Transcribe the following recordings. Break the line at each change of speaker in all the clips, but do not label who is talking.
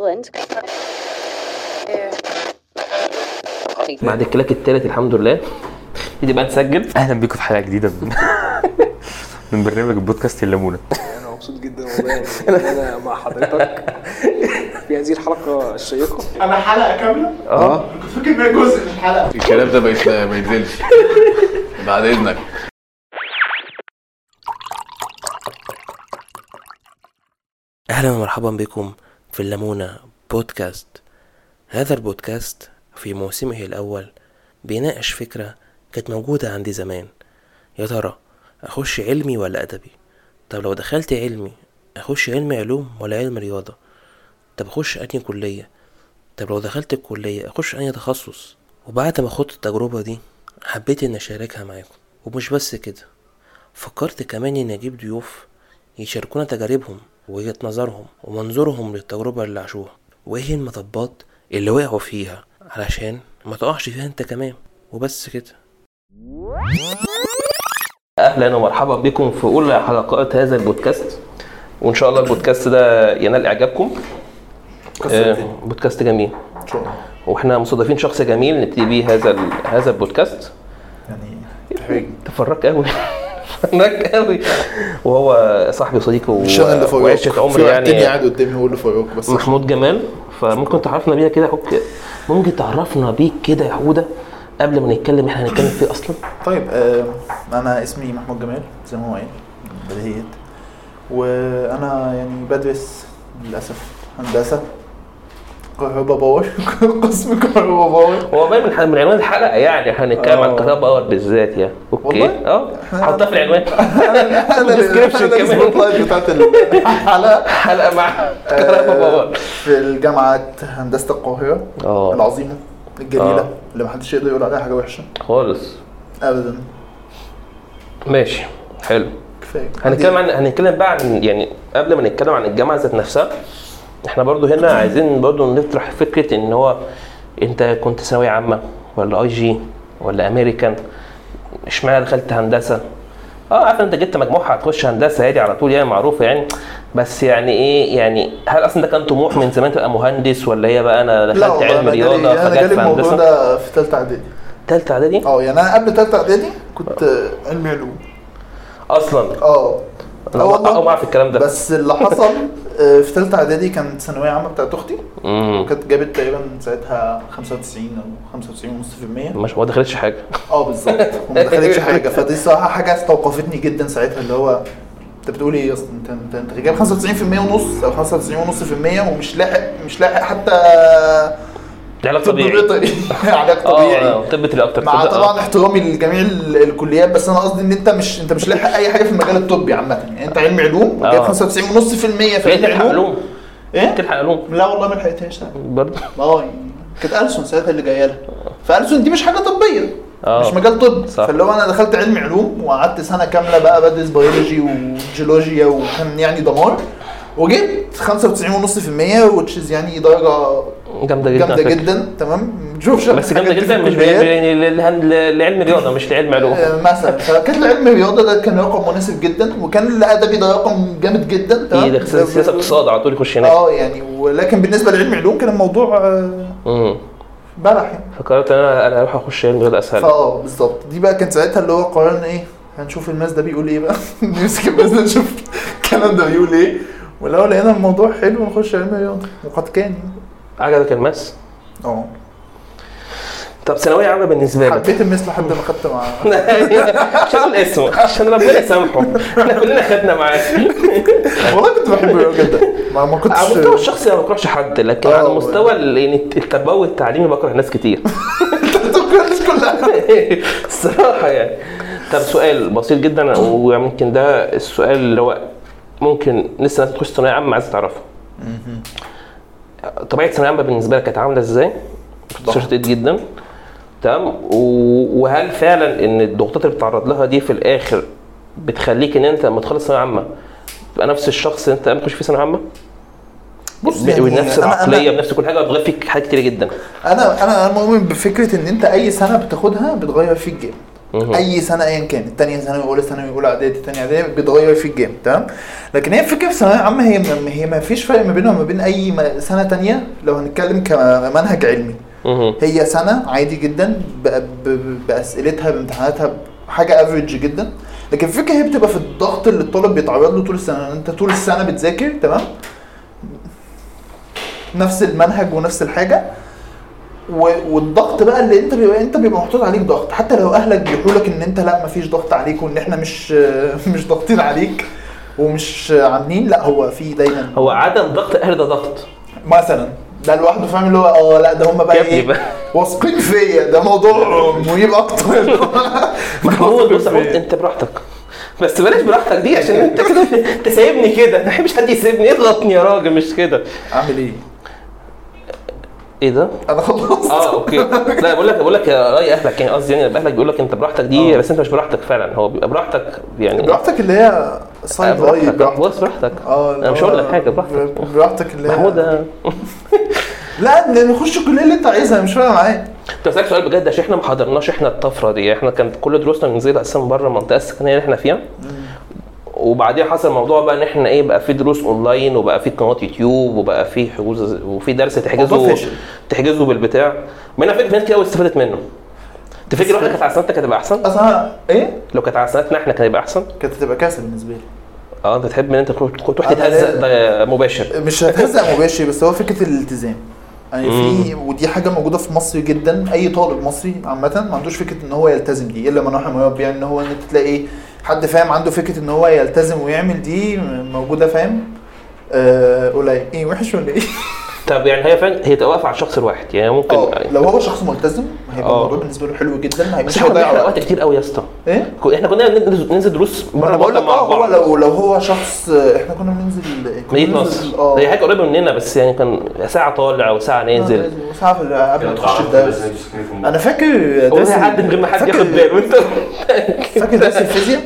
وانت
بعد الكلاك التالت الحمد لله نبتدي بقى نسجل
اهلا بيكم في حلقه جديده من من برنامج البودكاست الليمونه
انا مبسوط جدا والله يعني ان انا مع حضرتك في هذه الحلقه الشيقه
انا حلقه كامله
اه
كنت فاكر ان هي جزء من الحلقه
الكلام ده ما يت- ما يتزلش بعد اذنك
أهلا ومرحبا بكم في الليمونة بودكاست هذا البودكاست في موسمه الأول بيناقش فكرة كانت موجودة عندي زمان يا ترى أخش علمي ولا أدبي طب لو دخلت علمي أخش علم علوم ولا علم رياضة طب أخش أنهي كلية طب لو دخلت الكلية أخش أنهي تخصص وبعد ما خدت التجربة دي حبيت إني أشاركها معاكم ومش بس كده فكرت كمان إني أجيب ضيوف يشاركونا تجاربهم وجهة نظرهم ومنظورهم للتجربة اللي عاشوها وايه المطبات اللي وقعوا فيها علشان ما تقعش فيها انت كمان وبس كده
اهلا ومرحبا بكم في اولى حلقات هذا البودكاست وان شاء الله البودكاست ده ينال اعجابكم آه، بودكاست جميل واحنا مستضيفين شخص جميل نبتدي بيه هذا ال- هذا البودكاست يعني تفرج قوي تفرج قوي وهو صاحبي وصديقي و-
مش انا اللي فوقك
وعشره عمري
في واحد
يعني
تاني قاعد قدامي هو اللي فوقك بس
محمود جمال فممكن تعرفنا بيها كده يا حك ممكن تعرفنا بيك كده يا حوده قبل ما نتكلم احنا هنتكلم إيه فيه اصلا
طيب آه، انا اسمي محمود جمال زي ما هو قايل بديهيات وانا يعني بدرس للاسف هندسه كهرباء باور قسم كهرباء باور
هو باين من ح- من عنوان الحلقه يعني احنا هنتكلم عن
آه.
كهرباء باور بالذات يعني اوكي
والله؟
اه حطها في العنوان
انا أنا
Description كمان.
السبوت لايت بتاعت الحلقه
حلقه مع كهرباء
آه،
باور
في الجامعه هندسه القاهره
اه.
العظيمه
آه.
الجميله اللي محدش يقدر يقول عليها حاجه وحشه
خالص
ابدا
ماشي حلو
كفايه
هنتكلم عن هنتكلم بقى عن يعني قبل ما نتكلم عن الجامعه ذات نفسها احنا برضو هنا عايزين برضو نطرح فكره ان هو انت كنت ثانويه عامه ولا اي جي ولا امريكان اشمعنى دخلت هندسه اه عارف انت جبت مجموعه هتخش هندسه عادي على طول يعني معروفه يعني بس يعني ايه يعني هل اصلا ده كان طموح من زمان تبقى مهندس ولا هي بقى انا
لا
دخلت
والله
علم
انا
رياضه
جالي انا
فجت
جالي
في
الموضوع
هندسه
ده في ثالثه اعدادي
ثالثه اعدادي
اه يعني انا قبل تالتة اعدادي كنت
آه.
علمي علوم
اصلا
اه
انا
آه والله.
اول ما اعرف الكلام ده
بس اللي حصل آه، في تالتة اعدادي كانت ثانوية عامة بتاعت اختي
امم
وكانت جابت تقريبا ساعتها 95 او 95 ونص في المية
مش ما دخلتش حاجه
اه بالظبط وما دخلتش حاجة فدي الصراحة حاجة استوقفتني جدا ساعتها اللي هو انت بتقول ايه يا اسطى انت انت انت جايب 95% ونص او 95 ونص في المية ومش لاحق مش لاحق حتى
ده علاج
طب
طبيعي
بيطري علاج طبيعي
اه طب تلاقي اكتر
مع
تصدق، آه.
طبعا احترامي لجميع ال- الكليات بس انا قصدي ان انت مش انت مش لاحق اي حاجه في المجال الطبي عامه يعني انت علم علوم
آه.
جايب 95.5% في
فهي
علم
تلحق
علوم
علوم
ايه؟
تلحق علوم
لا والله ما لحقتهاش لا.
برضه
اه يعني كانت السون ساعتها اللي جايه لها فالسون دي مش حاجه طبيه
آه.
مش مجال طب
صح.
فاللي هو انا دخلت علم علوم وقعدت سنه كامله بقى بدرس بيولوجي وجيولوجيا وكان يعني دمار وجبت 95.5% وتشيز يعني درجه
جامده جدا
جامده جدا تمام متشوفش
بس جامده
الحاجات دي في
جدا مش
الكليات.
يعني للهن- لعلم رياضه مش لعلم علوم
مثلا آه، فكان العلم الرياضه ده كان رقم مناسب جدا وكان الادبي ده رقم جامد جدا
ايه ده سياسه اقتصاد على طول يخش هناك
اه يعني ولكن بالنسبه لعلم علوم كان الموضوع آه،
امم
بلح يعني
فقررت إن انا انا هروح اخش علم رياضه اسهل
فاه بالظبط دي بقى كان ساعتها اللي هو قررنا ايه هنشوف الماس ده بيقول ايه بقى نمسك الماس ده نشوف الكلام ده بيقول ايه ولو لقينا الموضوع حلو نخش علم رياضه وقد كان يعني.
عجبك الماس
اه
طب ثانويه عامه بالنسبه لك يعني
حبيت الماس لحد ما خدت مع
عشان الاسم عشان ربنا يسامحه احنا كلنا خدنا معاه
والله كنت بحب الراجل ده ما ما كنتش
على المستوى الشخصي انا ما بكرهش حد لكن على
آه.
المستوى ال- يعني التربوي التعليمي بكره ناس كتير
الناس كلها
الصراحة يعني طب سؤال بسيط جدا ويمكن ده السؤال اللي هو ممكن لسه ناس تخش ثانوية عامة عايزة تعرفها طبيعة الثانوية عامة بالنسبة لك كانت عاملة ازاي؟ كنت شديد جدا تمام و- وهل فعلا ان الضغوطات اللي بتتعرض لها دي في الاخر بتخليك ان انت لما تخلص ثانوية عامة تبقى نفس الشخص اللي انت قبل ما تخش فيه ثانوية عامة؟
بص يعني
بنفس
أنا- أنا-
العقلية بنفس كل حاجة بتغير فيك حاجات كتير جدا
انا انا انا مؤمن بفكره ان انت اي سنه بتاخدها بتغير فيك جيم
مهم.
اي سنه ايا كانت تانية ثانوي اولى ثانوي اولى اعدادي تانية اعدادي بيتغير في الجيم تمام لكن هي الفكره في ثانويه عامه هي ما- هي ما فيش فرق ما بينها وما بين اي م- سنه تانية لو هنتكلم كمنهج علمي
مهم.
هي سنه عادي جدا ب- ب- باسئلتها بامتحاناتها حاجه افريج جدا لكن الفكره هي بتبقى في الضغط اللي الطالب بيتعرض له طول السنه انت طول السنه بتذاكر تمام نفس المنهج ونفس الحاجه و- والضغط بقى اللي انت بيبقى انت بيبقى محطوط عليك ضغط حتى لو اهلك بيقولوا لك ان انت لا مفيش ضغط عليك وان احنا مش مش ضاغطين عليك ومش عاملين لا هو في دايما
هو عدم ضغط الاهل ده ضغط
مثلا ده لوحده فاهم اللي هو اه لا ده هم بقى
يا ابني
ايه
بقى.
واثقين فيا ده موضوع مريب اكتر
محمود بص يا محمود انت براحتك بس بلاش براحتك دي عشان انت كده انت سايبني كده ما بحبش حد يسيبني اضغطني يا راجل مش كده
اعمل ايه؟
ايه ده؟
انا خلصت
اه اوكي لا بقول لك بقول لك يا راي اهلك يعني قصدي يعني اهلك بيقول لك انت براحتك دي بس انت مش براحتك فعلا هو بيبقى براحتك يعني
براحتك اللي هي سايد لاي
براحتك
براحتك
بص براحتك
اه
انا مش هقول لك حاجه براحتك
براحتك اللي هي
محمود آه. ده-
لا ده نخش الكليه اللي انت عايزها مش فارقه معايا
طب اسالك سؤال بجد عشان احنا ما حضرناش احنا الطفره دي احنا كان كل دروسنا بننزل اساسا بره المنطقه السكنيه اللي احنا فيها وبعدين حصل موضوع بقى ان احنا ايه بقى في دروس اونلاين وبقى في قنوات يوتيوب وبقى في حجوز وفي درس
موضوع
تحجزه
فاشل.
تحجزه بالبتاع ما انا فاكر في ناس كتير قوي استفادت منه تفتكر لو إحنا كانت على سنتنا كانت هتبقى احسن؟
اصلا ايه؟
لو كانت على سنتنا احنا كان هيبقى احسن؟
كانت هتبقى كارثه بالنسبه لي
اه انت تحب ان انت تروح تروح
أنا
تتهزق
لازم.
ده مباشر
مش هتهزق مباشر بس هو فكره الالتزام يعني في ودي حاجه موجوده في مصر جدا اي طالب مصري عامه ما عندوش فكره ان هو يلتزم دي الا من رحم ربي يعني ان هو ان انت تلاقي حد فاهم عنده فكره ان هو يلتزم ويعمل دي موجوده فاهم آه، قليل ايه وحش ولا ايه؟
طب يعني هي فعلا هي تبقى واقفه على الشخص الواحد يعني ممكن
اه لو هو شخص ملتزم هيبقى
آه.
الموضوع بالنسبه له حلو جدا
بس
هيمشي
احنا
ويضيع
بنحرق
وقت
وقت كتير قوي يا اسطى
ايه؟
كو- احنا كنا ننزل ننزل دروس
ما
بره
انا بقول
مع
لك اه هو
بعض
لو لو هو شخص احنا كنا بننزل كنا
مدينة
بننزل-
نصر
اه
هي حاجة قريبة مننا بس يعني كان ساعة طالع وساعة
آه.
نازل
ساعه في- قبل ما تخش الدرس انا فاكر درس
وهي حد من غير ما حد
فاكر-
ياخد باله وانت
فاكر درس الفيزياء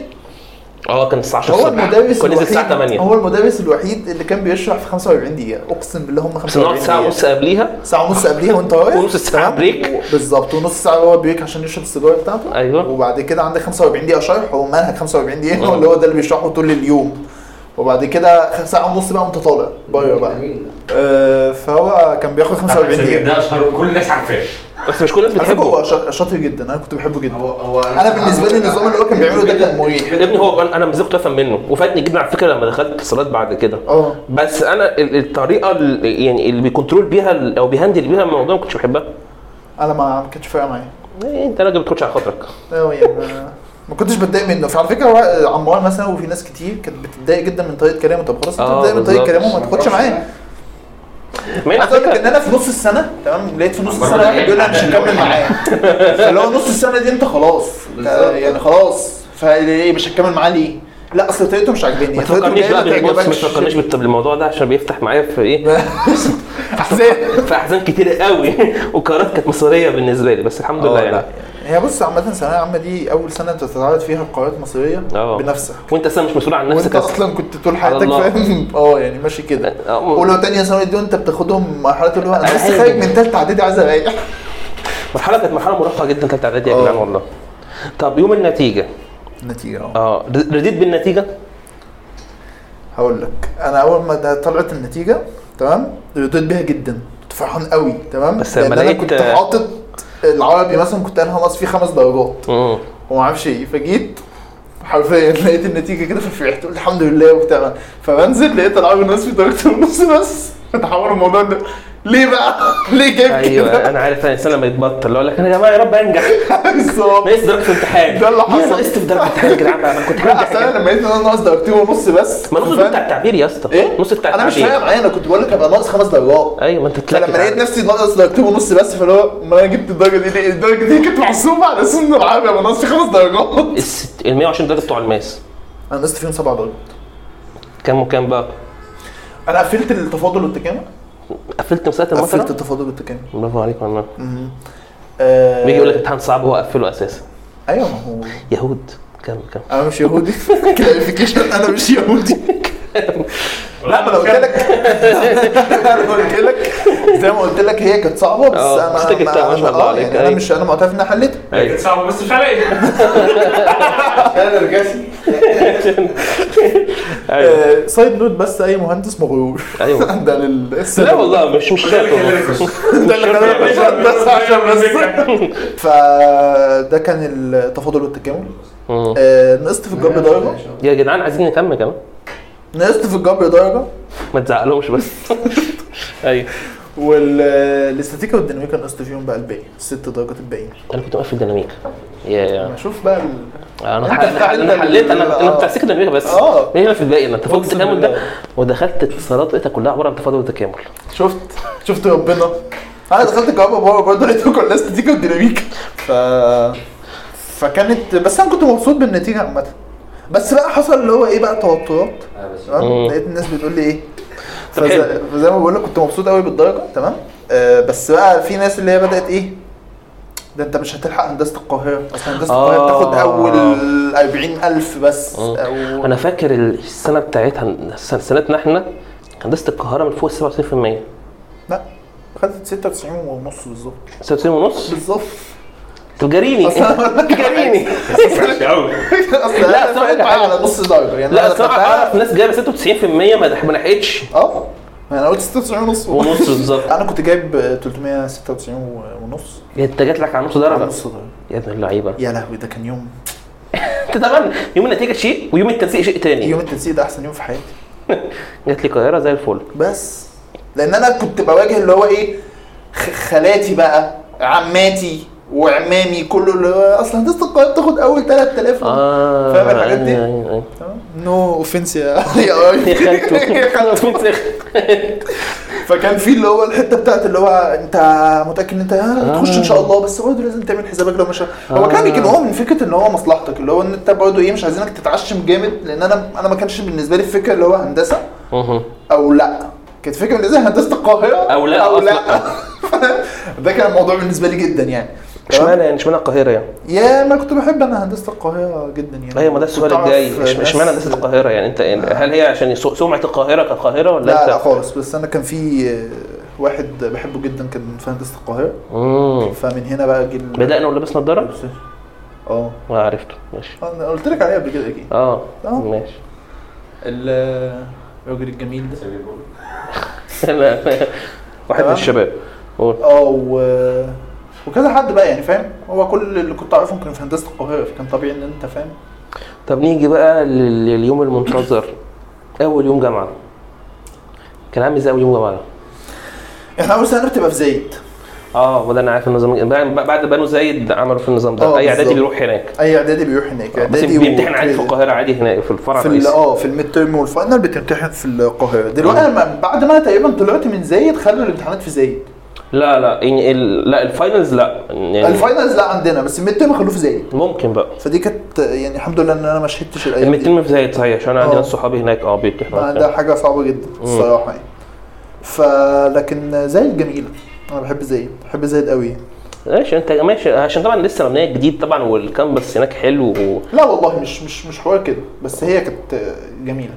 اه كان الساعة 10
هو
الصبح
المدرس
كان نزل
الوحيد
الساعة 8
هو المدرس الوحيد اللي كان بيشرح في 45 دقيقة اقسم بالله هم
بس نقعد
45
ساعة ونص قبليها
ساعة ونص قبليها وانت رايح
ونص ساعة
تمام؟
بريك.
و- بالظبط ونص ساعة هو بريك عشان يشرب السيجارة بتاعته
أيوة.
وبعد كده عندك 45 دقيقة شرح هو منهج 45 دقيقة
آه.
هو اللي هو ده اللي بيشرحه طول اليوم وبعد كده ساعة ونص بقى وانت طالع بره بقى آه، فهو كان بياخد 45 دقيقة
ده اشهر كل الناس عارفاه
بس مش كل الناس
على فكرة
بتحبه
هو شا- شاطر جدا انا كنت بحبه جدا
هو هو
انا بالنسبة لي النظام اللي هو كان بيعمله ده كان مريح
يا ابني هو انا مزقت افهم منه وفاتني جدا على فكره لما دخلت اتصالات بعد كده
اه
بس انا ال- الطريقه اللي يعني اللي بيكنترول بيها ال- او بيهندل بيها الموضوع ما كنتش بحبها
انا ما ما كانتش فارقة معايا
إيه، انت راجل بتخش على خاطرك
أوي ما- ما كنتش بتضايق منه فعلى فكره هو عمار مثلا وفي ناس كتير كانت بتتضايق جدا من طريقه كلامه طب خلاص انت
آه،
بتضايق من طريقه
بالظبط.
كلامه ما تاخدش معاه
ما هي
عايز اقول لك
الفكره
ان انا في نص السنه تمام لقيت في نص السنه واحد بيقول لي انا مش هكمل معاه فاللي هو نص السنه دي انت خلاص أنت يعني خلاص فليه إيه؟ مش هكمل معاه ليه؟ لا اصل طريقته مش عاجباني
ما
طريقته
تفكرنيش
جاية
بقى بال-
ما
بص ما
تعجبكش.
تفكرنيش بال- بالموضوع ده عشان بيفتح معايا في ايه
أحزان.
في احزان كتير قوي وقرارات كانت مصيريه بالنسبه لي بس الحمد لله
آه، لا.
يعني
هي بص عامه الثانويه العامه دي اول سنه انت بتتعرض فيها لقرارات مصيريه
اه
بنفسك
وانت اصلا مش مسؤول عن نفسك
وانت
اصلا
اصلا كنت طول حياتك
الله.
فاهم اه يعني ماشي كده
اه.
اولى وثانيه ثانوي دي وانت بتاخدهم مرحله اللي هو انا
عادي.
لسه خارج من ثالثه اعدادي عايز اريح
مرحله كانت مرحله مرهقه جدا كانت اعدادي يا
اه.
جدعان والله طب يوم النتيجه
النتيجه اه
اه ر- رضيت بالنتيجه
هقول لك انا اول ما ده طلعت النتيجه تمام رضيت بيها جدا كنت فرحان قوي تمام
بس لما
لأن انا
لقيت-
كنت حاطط العربي مثلا كنت انا ناقص فيه خمس درجات
امم
وما اعرفش ايه فجيت حرفيا لقيت النتيجه كده ففرحت قلت الحمد لله وبتاع فبنزل لقيت العربي ناقص فيه درجتين ونص بس فتحول الموضوع ده ليه بقى؟ ليه جايب
ايوه
كده؟
انا عارف انا الانسان لما يتبطل اقول لك انا يا جماعه يا رب انجح
بالظبط
ناقص درجه امتحان
ده اللي
ليه
حصل.
ناقصت في درجه امتحان يا جدعان انا كنت
لا
هنجح
اصل انا لما لقيت ان انا ناقص درجتين ونص بس
ما نص
فاهم؟
بتاع التعبير يا اسطى
ايه؟
نص بتاع
انا مش
التعبير
فاهم ايه انا كنت بقول لك ابقى ناقص خمس درجات
ايوه ما انت
فلما
طلعت
لقيت نفسي ناقص درجتين ونص بس فاللي هو ما انا جبت الدرجه دي ليه؟ الدرجه دي كانت محسوبه على اساس ان العربي ابقى ناقص فيه خمس درجات
ال 120 درجه بتوع الماس
انا نقصت فيهم سبع درجات
كام وكام بقى؟
انا قفلت التفاضل والتكامل
قفلت مسألة
قفلت
المثل
التفاضل والتكامل
برافو عليك والله
آه،
بيجي يقول لك امتحان صعب هو قفله اساسا
ايوه ما هو
يهود كم كم
انا مش يهودي كلاريفيكيشن انا مش يهودي لا ما انا قلت لك انا قلت لك زي ما قلت لك هي كانت صعبه بس
آه،
انا
أختك
أنا-
جبتها، ما شاء الله
آه،
عليك.
يعني انا
أيوة.
مش انا معترف انها حلتها
أيوة.
كانت صعبه بس مش عليا
انا رجعتي
ايوه
سايد نوت آه، بس اي مهندس مغيور
أيوه.
ده لل
لا والله مش مش شرط والله.
ده اللي كان
مش شرط.
بس عشان بس فده كان التفاضل والتكامل
مم.
آه، نقصت في الجبر درجه
يا جدعان عايزين نكمل كمان
نقصت في الجبر درجه
ما تزعقلهمش بس ايوه
والاستاتيكا والديناميكا نقصت فيهم بقى الباقي الست درجات الباقيين
انا كنت مقفل ديناميك يا يا
شوف بقى ال-
انا
أنت
ح- أنا
بتاع
حل- انا
ال-
حليت انا انا
آه.
بتاع سكه ديناميكا بس
آه.
ايه في الباقي انت فوق
أقسم
التكامل ده
بالله.
ودخلت اتصالات لقيتها كلها عباره عن تفاضل وتكامل
شفت شفت ربنا انا دخلت كهرباء باور برضه لقيته كل الاستاتيكا والديناميكا ف فكانت بس انا كنت مبسوط بالنتيجه عامه بس بقى حصل اللي هو ايه بقى توترات تمام لقيت الناس بتقول لي ايه
آه، طب حلو.
فزي, فزي ما بقول لك كنت مبسوط قوي بالدرجه تمام آه بس بقى في ناس اللي هي بدات ايه ده انت مش هتلحق هندسه القاهره اصل هندسه القاهره
آه.
بتاخد اول 40000 بس او
انا فاكر السنه بتاعتها سنتنا احنا هندسه القاهره من فوق ال 97%
لا خدت 96 ونص بالظبط
96 ونص
بالظبط
تجاريني
أصلاً-
تجاريني
وحش قوي
اصل
لا،
لا
أصل أقول
فرقت
لك
معايا
حاجة.
على نص درجه يعني
لا
أنا
الصراحه
دخلتها-
اعرف ناس جايبه 96% ما دح- ما لحقتش
اه ما انا قلت 96 ونص
ونص بالظبط
انا كنت جايب 396 ونص
انت جات لك على نص درجه
نص درجه
يا ابن اللعيبه
يا لهوي ده كان يوم
انت طبعا يوم النتيجه شيء ويوم التنسيق شيء
يوم
تاني
التنسيق ده احسن يوم في حياتي
جات لي القاهره زي الفل
بس لان انا كنت بواجه اللي هو ايه خ- خالاتي بقى عماتي وعمامي كله اللي هو اصل هندسه القاهره بتاخد اول 3000
اه
فاهم الحاجات دي؟
أيوة، أيوة، أيوة.
نو اوفنس يا يا
يا خالته.
يا خالته. فكان في اللي هو الحته بتاعت اللي هو انت متاكد ان انت آه، هتخش ان شاء الله بس برضه لازم تعمل حسابك لو مش ه- هو كان بيجي هو من فكره ان هو مصلحتك اللي هو ان انت برضه ايه مش عايزينك تتعشم جامد لان انا انا ما كانش بالنسبه لي الفكره اللي هو هندسه
مهم.
او لا كانت فكره بالنسبه لي هندسه القاهره
أو لا
او
أصلاً.
لا ده كان الموضوع بالنسبه لي جدا يعني
اشمعنى يعني اشمعنى القاهره يعني
يا ما كنت بحب انا هندسه القاهره جدا يعني
ايوه ما ده السؤال
كنت أعرف
الجاي إش-
ناس-
اشمعنى هندسه القاهره يعني انت هل هي عشان سو- سمعه القاهره كقاهره ولا
لا
انت
لا خالص بس انا كان في آه، واحد بحبه جدا كان في هندسه القاهره
مم.
فمن هنا بقى جيل
بدانا ولبس نضاره
اه
ما آه، عرفته ماشي
انا قلت لك عليه قبل كده اكيد
اه
آه.
ماشي
الراجل الجميل ده
أنا- واحد من
تمام.
الشباب قول
اه و- وكذا حد بقى يعني فاهم هو كل اللي كنت اعرفهم كانوا في هندسه القاهره فكان طبيعي ان انت فاهم
طب نيجي بقى لل- لليوم المنتظر اول يوم جامعه كان عامل ازاي اول يوم جامعه ده؟
احنا اول سنه بتبقى في زايد
اه وده انا عارف النظام بعد بعد بنو زايد عملوا في النظام ده
آه،
اي اعدادي
بالظبط.
بيروح هناك
اي اعدادي بيروح هناك
آه، بس
اعدادي
بيمتحن عادي في
وابتدائي.
القاهره عادي هناك في الفرع
في ال-
الرئيسي
اه في الميد تيرم والفاينل بتمتحن في القاهره دلوقتي
آه.
أنا بعد ما تقريبا طلعت من زايد خلوا الامتحانات في زايد
لا لا يعني ال... لا الفاينلز لا يعني
الفاينلز لا عندنا بس الميد تيرم خلوه في زايد
ممكن بقى
فدي كانت يعني الحمد لله ان انا ما شهدتش الايام دي
الميدترم في زايد صحيح عشان انا عندي
آه.
ناس صحابي هناك اه
ما آه، ده
بيمتحنوا
حاجه صعبه جدا الصراحه يعني ف لكن زايد جميله انا بحب زايد بحب زايد قوي
ماشي انت ماشي عشان طبعا لسه مبنيه جديد طبعا والكامبس هناك حلو و...
لا والله مش مش مش حوار كده بس هي كانت جميله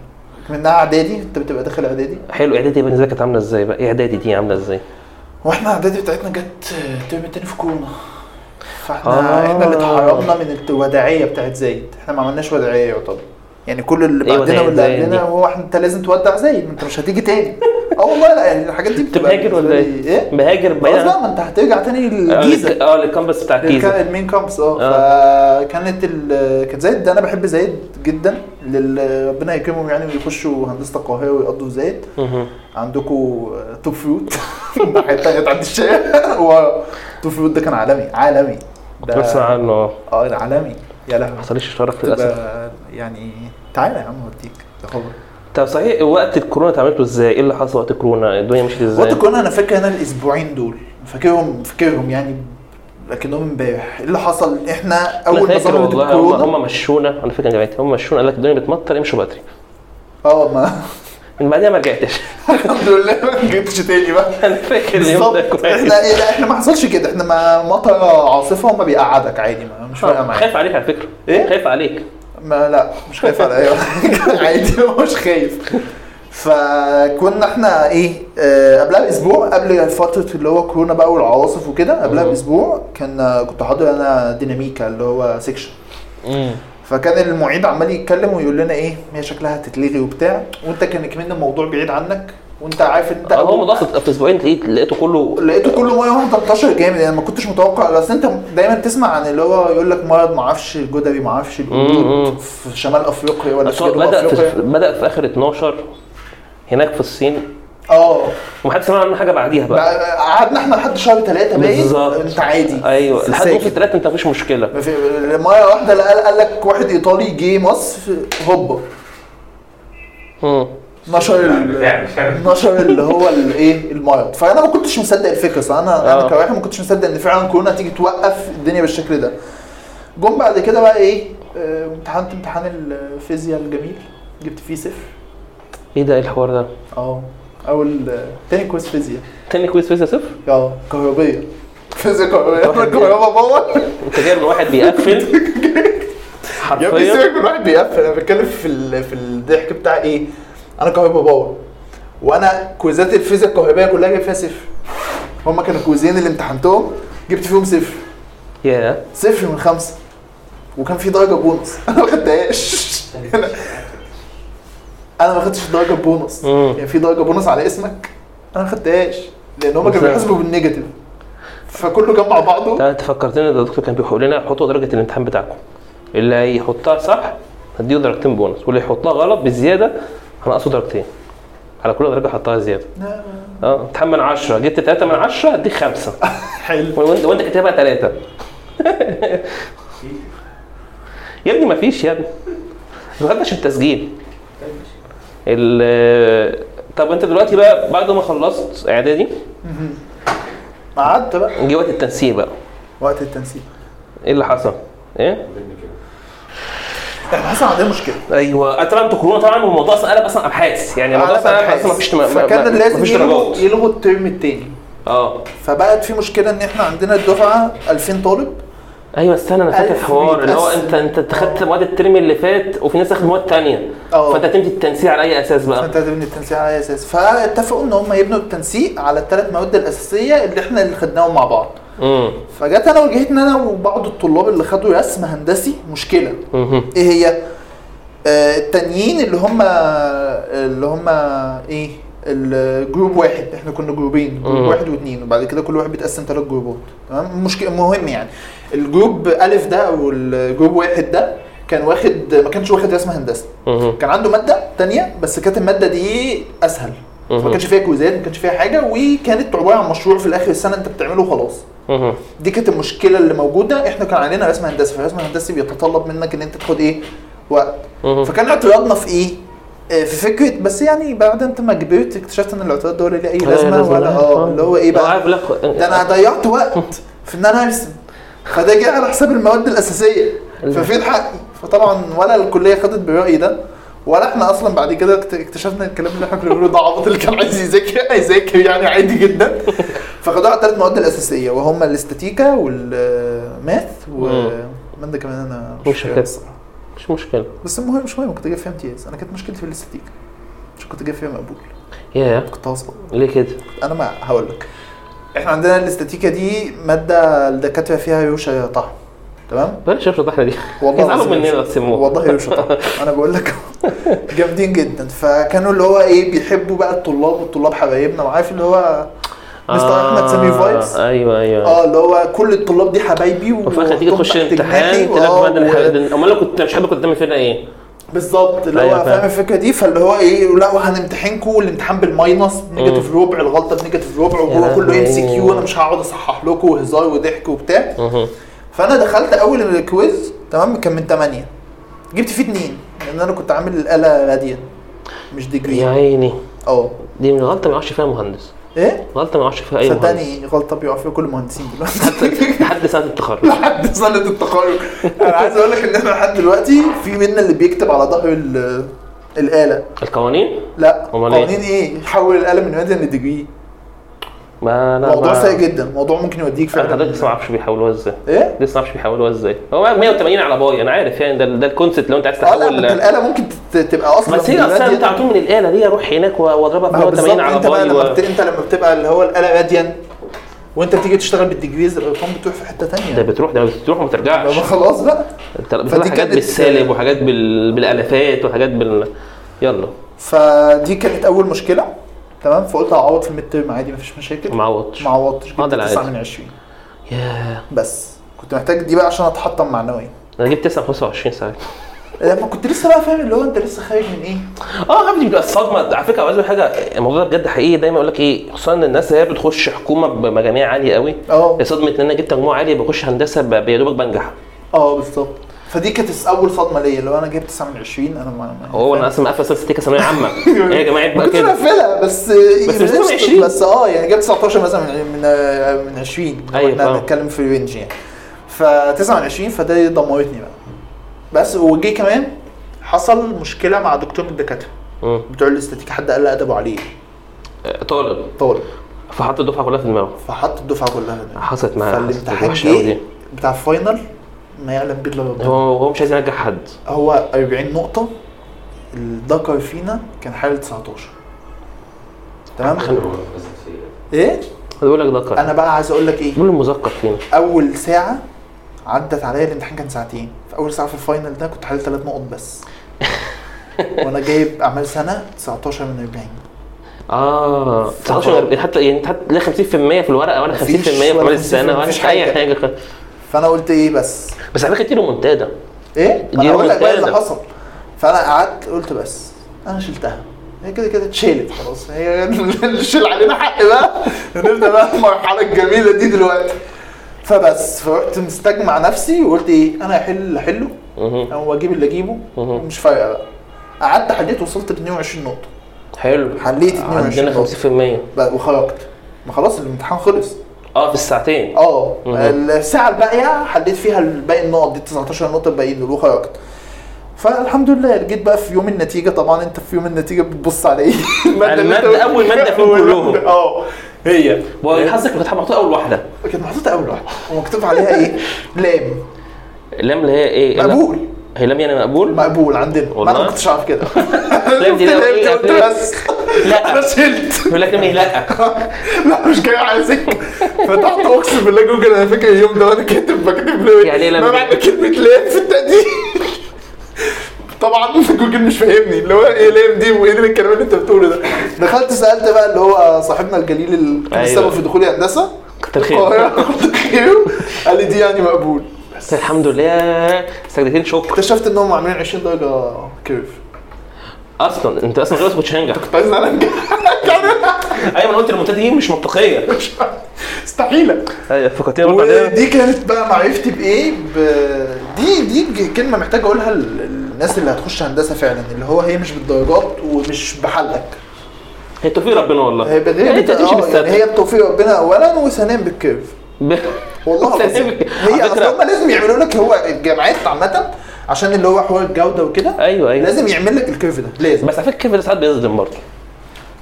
منها اعدادي انت بتبقى داخل اعدادي
حلو اعدادي بقى بالنسبه لك كانت عامله ازاي بقى؟ إيه اعدادي دي عامله ازاي؟
واحنا اعدادي بتاعتنا جت الترم التاني في كورونا فاحنا
آه.
آه. احنا اللي اتحرمنا من الوداعيه بتاعت زايد احنا ما عملناش وداعيه يعتبر يعني كل اللي
إيه
بعدنا
وداعية
واللي
زايد
قبلنا
دي؟
هو احنا انت لازم تودع زايد انت مش هتيجي تاني اه والله لا يعني الحاجات دي
انت مهاجر ولا
بالنسبة لي-
ايه؟
ايه؟
مهاجر بعيد
خلاص
عن-
بقى ما انت هترجع تاني
آه،
للجيزه
اه الكامبس بتاع
كان
الجيزه
المين كامبس اه
uh,
فكانت ال- كانت زايد انا بحب زايد جدا لل- ربنا يكرمهم يعني ويخشوا هندسه القاهره ويقضوا في زايد
مهم.
عندكم توب فروت الناحيه الثانيه بتاعت الشارع و توب فروت ده كان عالمي عالمي
كنت بسمع عنه اه
اه ده عالمي يا لهوي
ما حصليش شرف للاسف
تبقى يعني تعالى يا عم اوديك ده خبر
طب صحيح وقت الكورونا اتعاملتوا ازاي؟ ايه اللي حصل وقت الكورونا؟ الدنيا مشيت ازاي؟
وقت كنا انا فاكر انا الاسبوعين دول فاكرهم فاكرهم يعني لكنهم امبارح إيه اللي حصل احنا
انا
اول ما
فاكر
ظهرت
والله هم
الكورونا
هم مشونا على فكره يا جماعه هم مشونا قال لك الدنيا بتمطر امشوا بدري
اه ما
من بعدها ما رجعتش
الحمد لله ما جبتش تاني بقى
انا فاكر اليوم
بالظبط
ده كويس
احنا إيه لا احنا ما حصلش كده احنا ما مطر عاصفه وما بيقعدك عادي ما مش فارقه معايا
خايف عليك على فكره
إيه؟
خايف عليك
ما لا مش خايف على اي حاجه عادي مش خايف فكنا احنا ايه آه، قبلها باسبوع قبل فتره اللي هو كورونا بقى والعواصف وكده قبلها باسبوع كان آه، كنت حاضر انا ديناميكا اللي هو سيكشن فكان المعيد عمال يتكلم ويقول لنا ايه هي شكلها هتتلغي وبتاع وانت كان كمان الموضوع بعيد عنك وانت عارف انت
هو الموضوع في آه، في اسبوعين لقيت لقيته كله
لقيته كله ميه واحده انتشر جامد يعني ما كنتش متوقع اصل انت دايما تسمع عن اللي هو يقول لك مرض ما اعرفش الجدري ما اعرفش
مم.
القرود في شمال افريقيا ولا في
أصل هو
جنوب
بدا في
افريقيا
بدا في اخر 12 هناك في الصين
اه
ومحدش سمع عنه حاجه بعديها بقى
بقى- قعدنا احنا لحد شهر ثلاثه باين
بالظبط.
انت عادي
ايوه لحد نص
ساكت.
التلاتة انت مفيش مشكله
ما في مره واحده لقى- قال لك واحد ايطالي جه مصر هوبا
مم.
نشر ال-
يعني بتاع مش عارف
نشر اللي هو الايه المرض فانا ما كنتش مصدق الفكره صح انا
آه.
انا كواحد ما كنتش مصدق ان فعلا كورونا تيجي توقف الدنيا بالشكل ده جم بعد كده بقى ايه آه، امتحنت امتحان الفيزياء الجميل جبت فيه صفر
ايه ده ايه الحوار ده؟
اه اول آه، تاني كويس فيزياء
تاني كويس إيه فيزا صفر؟
اه كهربيه فيزياء كهربيه أنا الكهرباء باور
انت جايب من واحد بيقفل
يا ابني سيبك
حرفيا
من الواحد بيقفل انا بتكلم في ال- في الضحك بتاع ايه انا كهرباء باور وانا كويزات الفيزياء الكهربائيه كلها جايب فيها صفر هما كانوا كويزين اللي امتحنتهم جبت فيهم صفر
يا
صفر من خمسه وكان في درجه بونص انا ما خدتهاش أنا- انا ما خدتش درجه بونص
مم.
يعني في درجه بونص على اسمك انا ما خدتهاش لان هما كانوا
بالظبط.
بيحاسبوا بالنيجاتيف فكله جمع بعضه
ده انت فكرتني ده الدكتور كان بيقول لنا حطوا درجه الامتحان بتاعكم اللي هيحطها صح هديه درجتين بونص واللي يحطها غلط بالزياده هنقصه درجتين على كل درجه حطها زياده اه امتحان من 10 جبت 3 من 10 هديك 5
حلو
وانت وانت كاتبها 3 يا ابني مفيش يا ابني ما خدناش التسجيل ال طب انت دلوقتي بقى بعد ما خلصت اعدادي
قعدت بقى
جه وقت التنسيق بقى
وقت التنسيق
ايه اللي حصل؟ ايه؟
احنا حصل عندنا مشكله أيوة.
ايوه طبعا انتوا كورونا طبعا والموضوع اصلا قلب اصلا ابحاث يعني الموضوع اصلا قلب اصلا مفيش ما- ما-
فكان
ما-
لازم
مفيش
يلغوا
درجات
يلغوا الترم التاني
اه
فبقت في مشكله ان احنا عندنا الدفعه 2000 طالب
ايوه استنى انا فاكر
ألف
حوار اللي هو
بيتقسم.
انت انت خدت مواد الترم اللي فات وفي ناس اخدت مواد تانية
اه.
فانت تمشي التنسيق على اي اساس بقى؟
فانت هتبني التنسيق على اي اساس فاتفقوا ان هم يبنوا التنسيق على الثلاث مواد الاساسيه اللي احنا اللي خدناهم مع بعض
امم
فجت انا واجهت ان انا وبعض الطلاب اللي خدوا رسم هندسي مشكله
مهم.
ايه هي آه التانيين اللي هم اللي هم ايه الجروب واحد احنا كنا جروبين جروب
مم.
واحد واثنين وبعد كده كل واحد بيتقسم ثلاث جروبات تمام مشكله مهم يعني الجروب الف ده او الجروب واحد ده كان واخد ما كانش واخد رسم هندسه
مهم.
كان عنده ماده تانية بس كانت الماده دي اسهل
مهم.
ما كانش فيها كويزات ما كانش فيها حاجه وكانت عباره عن مشروع في الاخر السنه انت بتعمله خلاص
مهم.
دي كانت المشكله اللي موجوده احنا كان علينا رسم هندسي فالرسم الهندسي بيتطلب منك ان انت تاخد ايه وقت
مهم.
فكان اعتراضنا في ايه آه، في فكره بس يعني بعد انت ما كبرت اكتشفت ان الاعتراض ده ولا ليه اي لازمه ولا اه اللي هو ايه
أيوة، آه. لو عارف
بقى
لك
ده انا ضيعت وقت في ان انا ارسم فده جه على حساب المواد الاساسيه ففين حقي فطبعا ولا الكليه خدت بالراي ده ولا احنا اصلا بعد كده اكت- اكتشفنا الكلام اللي احنا كنا بنقوله ده عبط اللي كان عايز يذاكر هيذاكر يعني عادي جدا فخدوها على الثلاث مواد الاساسيه وهما الاستاتيكا والماث وماده كمان انا
مش
فاكرها
فاكر.
الصراحة.
مش مشكله
بس المهم مش مهم كنت جايب فيها امتياز انا كانت مشكلتي في الاستاتيكا مش كنت جايب فيها مقبول
يا
كنت هصبر
ليه كده؟
انا ما هقول لك احنا عندنا الاستاتيكا دي ماده الدكاتره فيها يوشا طحن تمام
بلاش افرض احنا دي يزعلوا
العظيم
مننا
يوشا.
يقسموها
والله يوشا طحن انا بقول لك جامدين جدا فكانوا اللي هو ايه بيحبوا بقى الطلاب والطلاب حبايبنا وعارف اللي هو مستر
آه،
احمد سامي فايبس
ايوه ايوه
اه اللي هو كل الطلاب دي حبايبي
وفي الاخر تيجي تخش الامتحان
آه،
تلاقي بعد الحاجات امال لو كنت مش حابب كنت تعمل فينا ايه؟
بالظبط اللي هو
أيوة، فاهم.
فاهم الفكره دي فاللي هو ايه لا وهنمتحنكم الامتحان بالماينس بنيجاتيف ربع الغلطه بنيجاتيف ربع وهو كله ام سي
لهوي.
كيو انا مش هقعد اصحح لكم وهزار وضحك وبتاع
مهم.
فانا دخلت اول الكويز تمام كان من 8 جبت فيه 2 لان انا كنت عامل الاله راديان مش
يا
ديجري
عيني
اه
دي من غلطه ما يعرفش فيها مهندس
ايه
غلطه ما يعرفش فيها اي مهندس
صدقني غلطه بيقع فيها كل المهندسين دلوقتي
لحد ساعه التخرج
لحد سنه التخرج انا عايز اقول لك ان احنا لحد دلوقتي في منا اللي بيكتب على ظهر ال- الاله
القوانين
لا
أمال إيه؟
قوانين ايه؟ حول القلم من مدني لديجري
ما انا
موضوع
ما-
سيء جدا موضوع ممكن يوديك
انا
فعلا
لسه ما اعرفش بيحولوها ازاي
ايه؟
لسه ما اعرفش بيحولوها ازاي هو 180 على باي انا عارف يعني ده ده الكونسيبت لو انت عايز
اه لا ما
تحول
انت الاله ممكن ت- تبقى اصلا
بس هي اصلا انت على طول من الاله دي اروح هناك واضربها ب
ما هو
180
آه، بالظبط
على
انت بقى
باي
لما
و-
بت... انت لما بتبقى اللي هو الاله راديان وانت بتيجي تشتغل بالديجريز الارقام بتروح في حته
ده
ثانيه
بتروح ده بتروح وما ترجعش
بابا خلاص بقى
انت بتطلع
فدي
حاجات
كانت-
بالسالب وحاجات بال... بالالافات وحاجات بال يلا
فدي كانت اول مشكله تمام فقلت هعوض في الميد تيرم عادي مفيش مشاكل
ما عوضتش
ما عوضتش
اه
جبت
ده العادي.
9 من 20
ياه
بس كنت محتاج دي بقى عشان اتحطم معنويا
انا جبت 9 25 ساعه
لما كنت لسه بقى فاهم اللي هو انت لسه خارج من ايه
اه قبل بيبقى الصدمه على فكره عايز أقول حاجه الموضوع ده بجد حقيقي دايما اقول لك ايه خصوصا إن الناس اللي هي بتخش حكومه بمجاميع عاليه قوي
اه
صدمه ان انا جبت مجموعه عاليه بخش هندسه ب- يا دوبك بنجح
اه بالظبط فدي كانت اول صدمه ليا اللي هو انا جبت 9 من 20 انا ما ما-
هو انا اصلا مقفل سلسله سكه ثانويه عامه ايه يا جماعه
ما
بقى
كنتش
كده
مقفلها بس يعني
بس مش 22.
بس اه يعني جبت 19 مثلا من من آه، من 20 لو
أيوة،
احنا
فاهم.
بنتكلم في الرينج يعني ف 29 فده دمرتني بقى بس وجي كمان حصل مشكله مع دكتور من الدكاتره
مم.
بتوع الاستاتيك حد قال ادبه عليه
آه، طالب
طالب
فحط الدفعه كلها في دماغه
فحط الدفعه كلها هنا.
حصلت معاه حصلت
فالامتحان
وحشه قوي
جه
دي
بتاع الفاينل ما يعلم به الا ربنا
هو هو مش عايز ينجح حد
هو 40 نقطة الدكر فينا كان حالة 19 تمام؟ ايه؟
بيقول لك ذكر
انا بقى عايز اقول لك ايه؟
بيقول المذكر فينا
اول ساعة عدت عليا الامتحان كان ساعتين في اول ساعة في الفاينل ده كنت حالة 3 نقط بس وانا جايب اعمال سنة 19 من 40
اه 19 حتى يعني حتى لا 50% في الورقه ولا 50%
مفيش
في
ولا
عمل السنه
50%
ولا
مفيش
اي
حاجة.
حاجه
فانا قلت ايه بس
بس على فكره دي رومونتادا
ايه؟ ما
دي
انا اقول لك بقى اللي
ممتازة.
حصل فانا قعدت قلت بس انا شلتها هي كده كده اتشالت خلاص هي اللي شيل علينا حق بقى نبدا بقى المرحله الجميله دي دلوقتي فبس فرحت مستجمع نفسي وقلت ايه انا هحل اللي احله
مهم.
او اجيب اللي اجيبه مش فارقه بقى قعدت حليت وصلت ل 22 نقطه
حلو
حليت 22
عندنا
نقطه
50%
بقى وخرجت ما خلاص الامتحان خلص
اه في الساعتين
اه
مهم.
الساعه الباقيه حليت فيها الباقي النقط دي 19 نقطه الباقيين دول وخرجت فالحمد لله جيت بقى في يوم النتيجه طبعا انت في يوم النتيجه بتبص على ايه اللي انت-
المادة- أول مادة فيهم
أول
كلهم.
مادة، اه هي
حظك كانت محطوطه اول واحده
كانت محطوطه اول واحده ومكتوب عليها ايه لام
اللام اللي هي ايه؟ لام-
مقبول
هي لام يعني مقبول؟
مقبول عندنا ما انا
والله؟
ما كنتش عارف كده
لام دي لو
قلت لام،
ايه؟
قلت
هتلاقي-
بس انا
لا
شلت
يقول لك لام ايه؟ لا
لا مش جاي على سكه فتحت اقسم بالله جوجل انا فاكر اليوم ده وانا كاتب بكتب له
يعني إيه لما-
ما معنى كلمه لام في التقديم طبعا جوجل مش فاهمني اللي هو ايه لام دي وايه اللي الكلام اللي انت بتقوله ده دخلت سالت بقى اللي هو صاحبنا الجليل اللي كان
أيوة.
السبب في دخولي هندسه
كتر خير
القاهره كتر خيره. قال لي دي يعني مقبول
بس الحمد لله سجدتين شكر
اكتشفت ان هم عاملين 20 درجه كيرف طيب،
اصلا انت اصلا خلاص كنتش هنجح
كنت عايز ان انا انجح
ايوه انا قلت المنتدى دي مش منطقيه
مستحيله
ايوه فكرتني برضه عليها.
ودي كانت بقى معرفتي بايه ب... دي دي كلمه محتاج اقولها ل- للناس اللي هتخش هندسه فعلا اللي هو هي مش بالدرجات ومش بحلك
هي توفيق ربنا والله
هي بغير
يعني انت تمشي
آه، يعني هي
بالسبب
بتوفيق ربنا اولا وثانيا بالكيرف والله العظيم هي
على
اصل هم
فكره
لازم يعملوا لك هو الجامعات عامه عشان اللي هو حوار الجوده وكده
ايوه ايوه
لازم يعمل لك الكيرف ده لازم
بس على فكره كيف ده ساعات بيصدم برضه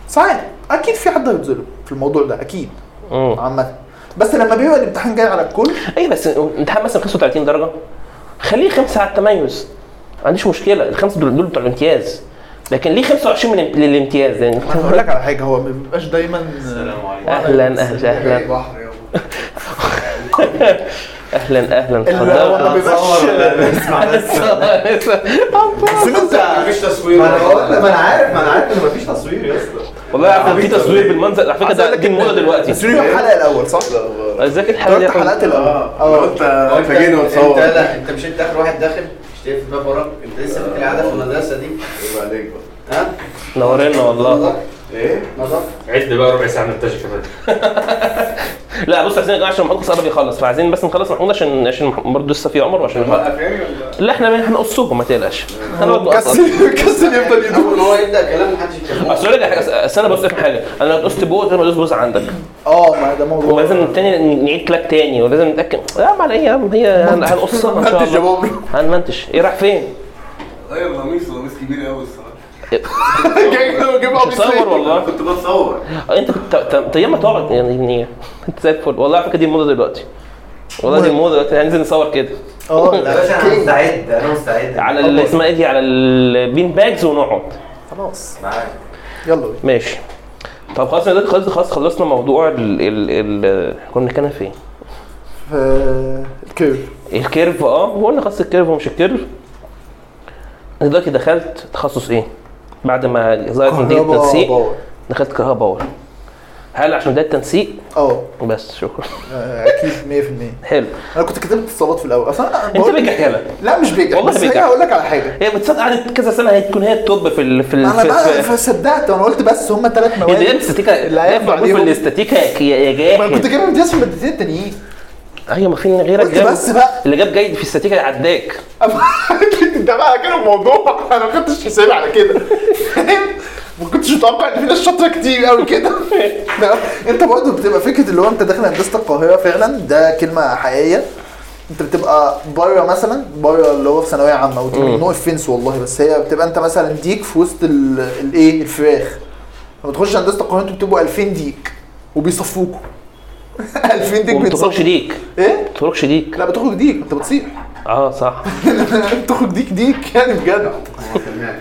ساعات اكيد في حد هيتظلم في الموضوع ده اكيد
امم.
عامه بس لما بيبقى الامتحان جاي على الكل
ايوه بس امتحان مثلا 35 درجه خليه خمسه على التميز ما عنديش مشكله الخمسه دول دول بتوع الامتياز لكن ليه 25 من الام- للامتياز يعني
انا هقول لك على حاجه هو ما بيبقاش دايما
اهلا اهلا اهلا اهلا اهلا
اللي هو
اتفضل
ما بيبقاش فين انت؟
مفيش تصوير
ما انا بقول ما انا عارف ما انا عارف ان مفيش تصوير يا اسطى
والله عارف في تصوير بالمنظر على فكره ده دي الموضه دلوقتي
سوري الحلقه الاول صح؟
ازيك الحلقه
ثلاث
دي يا فندم؟
حلقات الاول اه
قلت فاجئني
أه. انت
وتصور
لا انت مش انت اخر واحد داخل مش تقفل الباب وراك انت لسه فاكر العاده في المدرسه دي
عيب عليك بقى
ها؟
نورنا والله
ايه؟
نظافه
عد بقى ربع ساعه منتجه كمان
لا بص عايزين يا جماعه عشان محمود خلاص قرب يخلص فعايزين بس نخلص محمود عشان عشان برضه لسه في عمر وعشان يخلص
يعني ولا؟
لا احنا بقى هنقصهم ما تقلقش هنقعد نقص
كسل كسل يفضل
اول ما
يدور
هو يبدا كلام محدش يتكلم
اصل أقول لك حاجة، اصل انا بص في حاجه انا لو دوست جوه لازم ادوس جوز عندك
اه ما ده موضوع
ولازم التاني نعيد كلاك تاني ولازم نتاكد لا ما على ايه يا عم هي هن- هنقصها ان شاء
منتج يا
الله
بابلو
هنمنتج ايه رايح فين؟
ايوه القميص القميص كبير قوي الصراحه
مش هتصور والله
كنت بتصور
انت كنت طب يا اما تقعد يعني يعني انت زي الفل والله على فكره دي الموضه دلوقتي والله دي الموضه دلوقتي هننزل نصور كده
اه
يا
لا
باشا انا مستعد انا مستعد
على ال- اسمها ايه دي على البين باجز ونقعد
خلاص
معاك
يلا بينا
ماشي طب خلاص يا دكتور، خلاص خلاص خلصنا موضوع ال ال ال كنا كنا فين؟
آه، الكيرف
الكيرف اه وقلنا خلاص الكيرف ومش الكيرف أنا دلوقتي دخلت تخصص ايه؟ بعد ما ظهرت نتيجه
كهرباء
التنسيق
باور
دخلت كهرباء باور هل عشان ده التنسيق
اه
بس شكرا
آه، اكيد 100%
حلو
انا كنت كتبت اتصالات في الاول اصلا أنا
انت
بقول-
بجحلة
لا مش بيجي
والله
بس
بيجي.
هي هقول لك على حاجه
هي بتصدق قعدت كذا سنه هتكون هي التوب في ال في ال
انا
في-
بقى
في-
فصدقت انا قلت بس هم ثلاث
هي
مواد
دي الاستاتيكا
اللي
لا
هينفع
يفعل في
بيهم
الاستاتيكا يا يا
ما أنا كنت
جاحد
جايب امتياز في المادتين التانيين
ايوه ما في غيرك
قلت
جامد.
بس بقى
اللي جاب جيد في الاستاتيكا عداك
ده بقى كان الموضوع انا ما كنتش حسابي على كده ما كنتش متوقع ان في ناس شاطره كتير قوي كده لا، انت برضه بتبقى فكره اللي هو انت داخل هندسه القاهره فعلا ده كلمه حقيقيه انت بتبقى بره مثلا بره اللي هو في ثانويه عامه ودي نو اوفنس والله بس هي بتبقى انت مثلا ديك في وسط ال- الايه الفراخ لما تخش هندسه القاهره انتوا بتبقوا 2000 ديك وبيصفوكوا 2000 ديك
وما تخرجش
بيتصفوا
ليك
ايه؟
ما تخرجش ليك
لا بتخرج ديك انت بتصيح
اه صح
بتخرج ديك ديك يعني بجد
هو فنان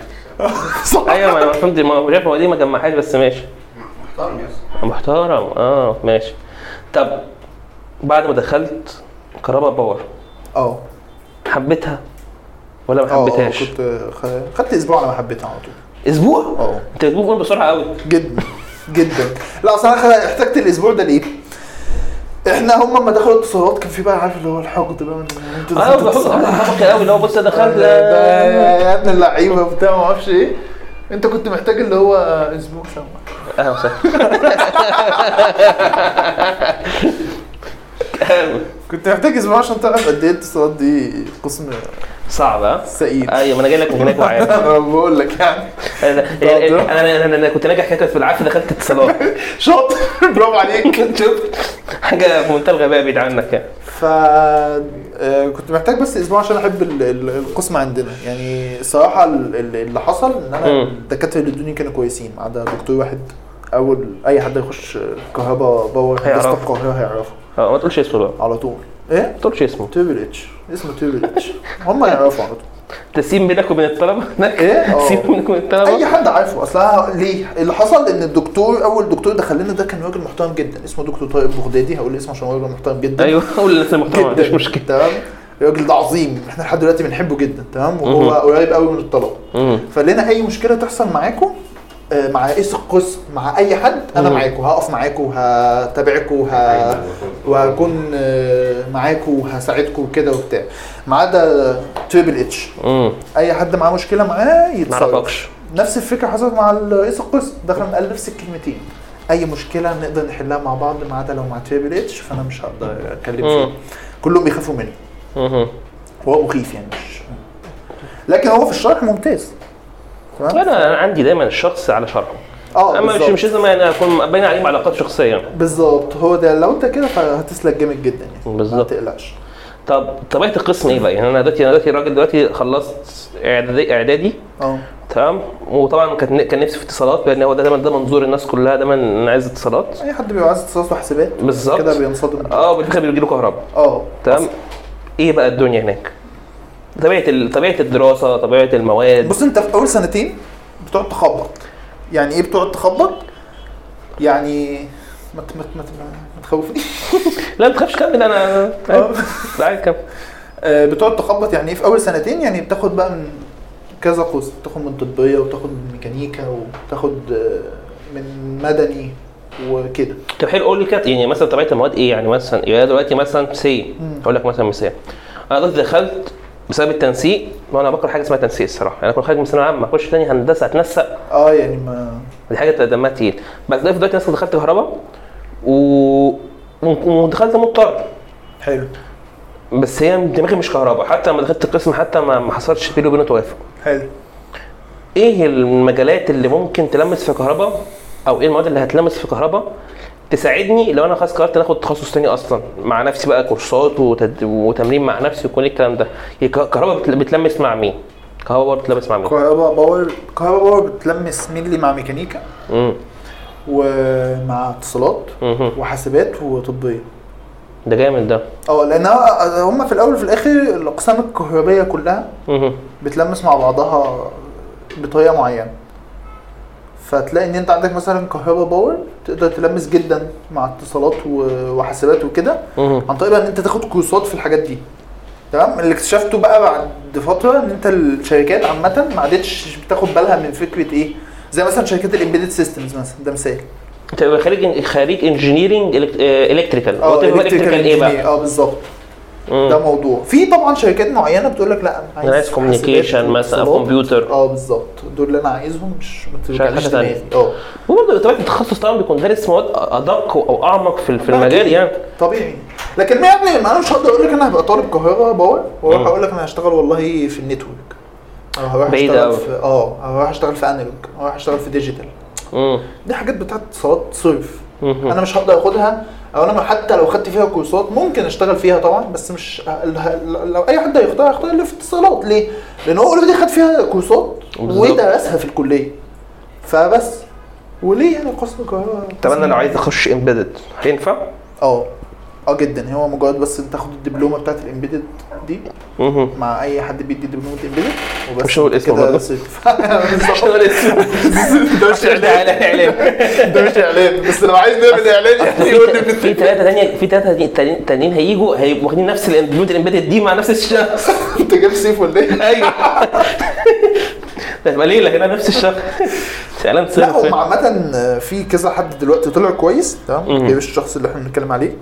صح
ايوه ما انا فهمت ما هو شايف هو دي ما جمعهاش بس ماشي
محترم يا اسطى
محترم اه ماشي طب بعد ما دخلت كهرباء باور
اه
حبيتها ولا ما
اه آه،
حبيتهاش؟
كنت خ- خدت اسبوع انا ما حبيتها على طول
اسبوع؟
اه
انت بتقول بسرعه قوي
جدا جدا لا اصل انا خ- احتجت الاسبوع ده ليه؟ احنا هم لما دخلوا اتصالات كان في بقى عارف اللي هو الحقد بقى انت
اه بحبك قوي لو بص دخلت
يا ابن اللعيبه وبتاع ما اعرفش ايه انت كنت محتاج اللي هو اسبوع سوا
اهلا وسهلا أهلاً.
كنت محتاج اسبوع عشان تعرف قد ايه الاتصالات دي قسم
صعب ها؟
سئيل
ايوه ما انا جاي لك من هناك وعارف
انا بقول لك يعني
انا انا أنا- أنا- أنا كنت ناجح كده في العافيه دخلت اتصالات
شاطر برافو عليك
شفت حاجه في منتهى الغباء بعيد عنك يعني
ف آه، كنت محتاج بس اسبوع عشان احب ال- ال- القسم عندنا يعني الصراحه ال- ال- اللي حصل ان انا
مم.
الدكاتره اللي ادوني كانوا كويسين ما عدا دكتور واحد اول اي حد يخش كهرباء باور هندسه
هيعرفه.
القاهره هيعرفه
اه ما تقولش اسمه بقى
على طول ايه
ما تقولش اسمه
تريبل اتش اسمه تريبل اتش هم يعرفوا على طول
تسيم بينك وبين الطلبه هناك
إيه؟ آه.
تسيم بينك وبين
اي
الطلبه
حد عارفه اصلا ليه اللي حصل ان الدكتور اول دكتور دخل لنا ده كان راجل محترم جدا اسمه دكتور طارق بغدادي هقول اسمه عشان هو راجل محترم جدا
ايوه قول للناس المحترمه مفيش
جدا
مشكله
تمام الراجل ده عظيم احنا لحد دلوقتي بنحبه جدا تمام وهو قريب قوي من الطلبه
مم.
فلنا اي مشكله تحصل معاكم آه، مع رئيس القسم مع اي حد انا معاكم هقف معاكم وهتابعكم وه... وهكون آه، معاكم وهساعدكم وكده وبتاع ما عدا تريبل اتش
مم.
اي حد معاه مشكله معاه يتصرف
معرفكش
نفس الفكره حصلت مع رئيس القسم دخلنا قال نفس الكلمتين اي مشكله نقدر نحلها مع بعض ما عدا لو مع تريبل اتش فانا مش هقدر اتكلم فيه
مم.
كلهم بيخافوا مني
مم.
هو مخيف يعني مش لكن هو في الشرح ممتاز تمام
انا أنا عندي دايما الشخص على شرحه
اه
اما مش
بالظبط
مش لازم يعني اكون باين عليهم علاقات شخصيه
بالظبط هو ده لو انت كده فهتسلك جامد جدا يعني ما
بالظبط
تقلقش
طب طبيعه القسم ايه بقى؟ يعني انا دلوقتي انا دلوقتي الراجل دلوقتي خلصت اعدادي اعدادي
اه
تمام وطبعا كان كان نفسي في اتصالات لان هو ده دايما ده منظور الناس كلها دايما انا عايز اتصالات
اي حد بيبقى عايز اتصالات وحسابات
بالظبط
كده بينصدم
اه وبالفعل بيجي له كهرباء
اه
تمام ايه بقى الدنيا هناك؟ طبيعه ال- طبيعه الدراسه طبيعه المواد
بص انت في اول سنتين بتقعد تخبط يعني ايه بتقعد تخبط يعني ما ت- ما ت- ما ت- ما تخوفنيش
لا ما تخافش كمل انا أنا- عادي كمل
آه، بتقعد تخبط يعني ايه في اول سنتين يعني بتاخد بقى من كذا قسم بتاخد من طبيه وبتاخد من ميكانيكا وبتاخد آه، من مدني وكده
طب حلو قول لي كده يعني مثلا طبيعه المواد ايه يعني مثلا يعني أنا دلوقتي مثلا سي اقول لك مثلا مثال انا دلوقتي دخلت بسبب التنسيق وانا بكره حاجه اسمها تنسيق الصراحه يعني انا كنت خارج من ثانويه عامه اخش تاني هندسه اتنسق
اه يعني ما
دي حاجه دمها تقيل بس دلوقتي دلوقتي مثلا دخلت كهرباء و ودخلت مضطر
حلو
بس هي دماغي مش كهرباء حتى لما دخلت القسم حتى ما ما حصلش بيني وبينه توافق
حلو
ايه المجالات اللي ممكن تلمس في كهرباء او ايه المواد اللي هتلمس في كهرباء تساعدني لو انا خلاص قررت إن اخد تخصص تاني اصلا مع نفسي بقى كورسات وتد... وتمرين مع نفسي وكل الكلام ده الكهرباء بتلمس مع مين كهرباء برضه بتلبس مع مين؟
كهرباء باور كهرباء باور بتلمس مينلي مع ميكانيكا
مم.
ومع اتصالات
مهم.
وحاسبات وطبيه
ده جامد ده
اه لان هم في الاول وفي الاخر الاقسام الكهربائيه كلها
مهم.
بتلمس مع بعضها بطريقه معينه فتلاقي ان انت عندك مثلا كهرباء باور تقدر تلمس جدا مع اتصالات و- وحاسبات وكده
مهم.
عن طريق بقى ان انت تاخد كورسات في الحاجات دي تمام اللي اكتشفته بقى بعد فتره ان انت الشركات عامه ما عادتش بتاخد بالها من فكره ايه زي مثلا شركات الامبيدد سيستمز مثلا ده مثال
انت بقى خارج خارج انجينيرنج الكتريكال
اه
هو الكتريكال ايه
engineer.
بقى؟
اه بالظبط
مم.
ده موضوع في طبعا شركات معينه بتقول لك لا انا عايز
انا عايز communication
حاسبات
مثلا،
واتصالات.
كمبيوتر.
اه بالظبط دول اللي انا عايزهم مش ما
مش عايز
ترجعليش
حاجة تانية.
دماغي اه
وبرضه طبيعه التخصص طبعا بيكون دارس مواد ادق او اعمق في في المجال يعني
طبيعي لكن ما يعني ما انا مش هقدر اقول لك انا هبقى طالب كهرباء باور واروح اقول لك انا هشتغل والله في النتورك أو هروح
بعيد
اشتغل
أوي.
في اه هروح اشتغل في انالوج هروح اشتغل في ديجيتال
مم.
دي حاجات بتاعت اتصالات صرف
آه. مهم.
انا مش هقدر اخدها او انا حتى لو خدت فيها كورسات ممكن اشتغل فيها طبعا بس مش لو اي حد هيختار هيختار اللي في اتصالات ليه؟ لان هو اوريدي خد فيها كورسات
بالظبط.
ودرسها في الكليه فبس وليه انا قسم القاهره
طب انا لو عايز اخش امبيدد هينفع؟
اه اه جدا هو مجرد بس انت تاخد الدبلومه بتاعت الامبيدد دي
مهم.
مع اي حد بيدي دبلومه امبيدد وبس
مش هقول
انت
اسمه
كده
برضه.
رسيت. بالظبط.
ده مش اعلان
ده مش اعلان بس لو عايز نعمل اعلان يعني يقول لي
في ثلاثه ثانيه في ثلاثه تانيين هيجوا هيبقوا واخدين نفس الامبلوت الامبيدد دي مع نفس الشخص
انت جايب سيف ولا ايه؟
ايوه ده هتبقى ليله هنا نفس الشخص اعلان
لا هم
سر
عامة في كذا حد دلوقتي طلع كويس تمام غير الشخص اللي احنا بنتكلم عليه